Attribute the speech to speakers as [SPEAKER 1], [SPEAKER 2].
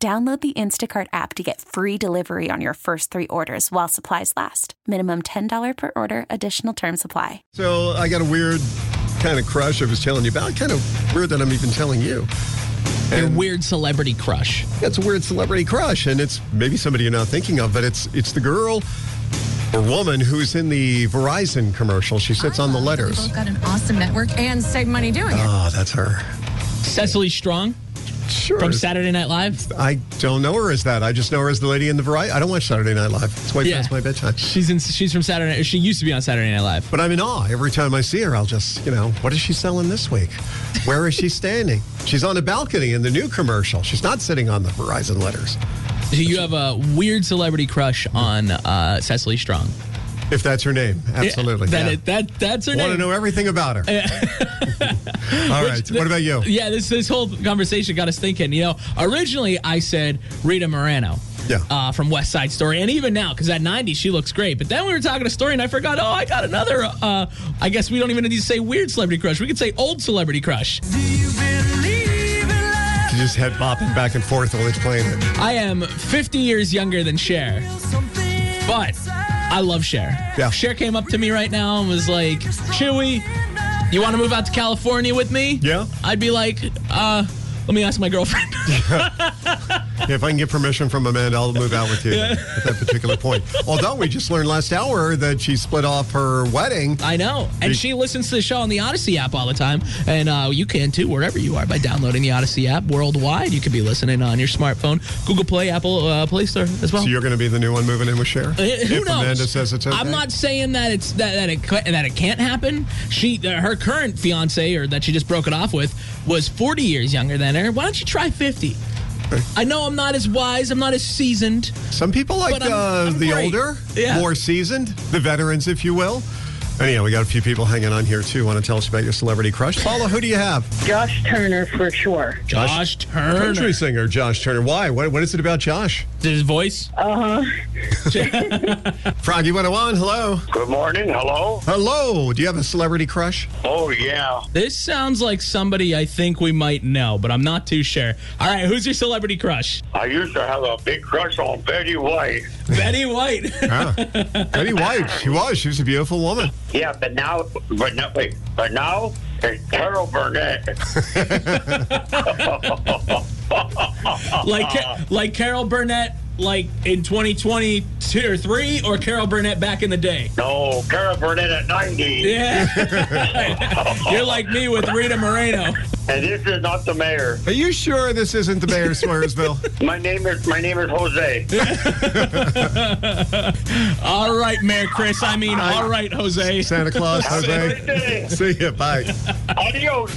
[SPEAKER 1] Download the Instacart app to get free delivery on your first three orders while supplies last. Minimum $10 per order, additional term supply.
[SPEAKER 2] So I got a weird kind of crush I was telling you about. Kind of weird that I'm even telling you.
[SPEAKER 3] Your weird celebrity crush.
[SPEAKER 2] It's a weird celebrity crush, and it's maybe somebody you're not thinking of, but it's it's the girl or woman who's in the Verizon commercial. She sits on the letters.
[SPEAKER 4] Both got an awesome network and save money doing it.
[SPEAKER 2] Oh, that's her.
[SPEAKER 3] Cecily Strong
[SPEAKER 2] Sure.
[SPEAKER 3] from Saturday Night Live.
[SPEAKER 2] I don't know her as that. I just know her as the lady in the Verizon. I don't watch Saturday Night Live. It's way past my bedtime.
[SPEAKER 3] She's in. She's from Saturday. Night- She used to be on Saturday Night Live.
[SPEAKER 2] But I'm in awe every time I see her. I'll just, you know, what is she selling this week? Where is she standing? She's on a balcony in the new commercial. She's not sitting on the Verizon letters.
[SPEAKER 3] So you have a weird celebrity crush on uh, Cecily Strong.
[SPEAKER 2] If that's her name, absolutely.
[SPEAKER 3] That,
[SPEAKER 2] yeah.
[SPEAKER 3] that that's her
[SPEAKER 2] Want to
[SPEAKER 3] name.
[SPEAKER 2] know everything about her. All right. what about you?
[SPEAKER 3] Yeah, this this whole conversation got us thinking. You know, originally I said Rita Morano.
[SPEAKER 2] Yeah.
[SPEAKER 3] Uh, from West Side Story, and even now, because at 90 she looks great. But then we were talking a story, and I forgot. Oh, I got another. Uh, I guess we don't even need to say weird celebrity crush. We could say old celebrity crush.
[SPEAKER 2] She just head bopping back and forth while it's playing it.
[SPEAKER 3] I am 50 years younger than Cher, but I love Cher.
[SPEAKER 2] Yeah.
[SPEAKER 3] Cher came up to me right now and was like, Chewy, you want to move out to California with me?
[SPEAKER 2] Yeah.
[SPEAKER 3] I'd be like, uh, let me ask my girlfriend.
[SPEAKER 2] If I can get permission from Amanda, I'll move out with you at that particular point. Although we just learned last hour that she split off her wedding.
[SPEAKER 3] I know. And she listens to the show on the Odyssey app all the time. And uh, you can too, wherever you are, by downloading the Odyssey app worldwide. You could be listening on your smartphone, Google Play, Apple uh, Play Store as well.
[SPEAKER 2] So you're going to be the new one moving in with Cher?
[SPEAKER 3] Uh,
[SPEAKER 2] if
[SPEAKER 3] Who knows?
[SPEAKER 2] Amanda says it's okay.
[SPEAKER 3] I'm not saying that it's that that it ca- that it can't happen. She uh, her current fiance or that she just broke it off with was 40 years younger than her. Why don't you try 50? I know I'm not as wise. I'm not as seasoned.
[SPEAKER 2] Some people like
[SPEAKER 3] But I'm-
[SPEAKER 2] uh,
[SPEAKER 3] I'm
[SPEAKER 2] the
[SPEAKER 3] great.
[SPEAKER 2] older,
[SPEAKER 3] Yeah.
[SPEAKER 2] more seasoned, the veterans, if you will. And yeah, we got a few people hanging on here too. Want to tell us about your celebrity crush? Paula, who do you have?
[SPEAKER 5] Josh Turner for sure.
[SPEAKER 3] Josh Turner.
[SPEAKER 2] Country singer Josh Turner. Why? What, what is it about Josh?
[SPEAKER 3] His voice.
[SPEAKER 2] Froggy 101, hello.
[SPEAKER 6] Good morning. Hello.
[SPEAKER 2] Hello. Do you have a celebrity crush?
[SPEAKER 6] Oh yeah.
[SPEAKER 3] This sounds like somebody I think we might know, but I'm not too sure. All right, who's your celebrity crush?
[SPEAKER 6] I used to have a big crush on Betty White.
[SPEAKER 3] Betty White.
[SPEAKER 2] Yeah. Betty White. She was. She was a beautiful woman.
[SPEAKER 6] Yeah, but now, but now, wait, but now it's Carol Burnett.
[SPEAKER 3] like Ca- like Carol Burnett like in 2022 or 3 or Carol Burnett back in the day.
[SPEAKER 6] No, Carol Burnett at ninety.
[SPEAKER 3] Yeah. You're like me with Rita Moreno.
[SPEAKER 6] And this is not the mayor.
[SPEAKER 2] Are you sure this isn't the mayor of Swearsville?
[SPEAKER 6] My name is my name is Jose.
[SPEAKER 3] All right, Mayor Chris. I mean, all right, Jose.
[SPEAKER 2] Santa Claus,
[SPEAKER 6] Good
[SPEAKER 2] Jose.
[SPEAKER 6] day.
[SPEAKER 2] See ya. Bye.
[SPEAKER 6] Adios.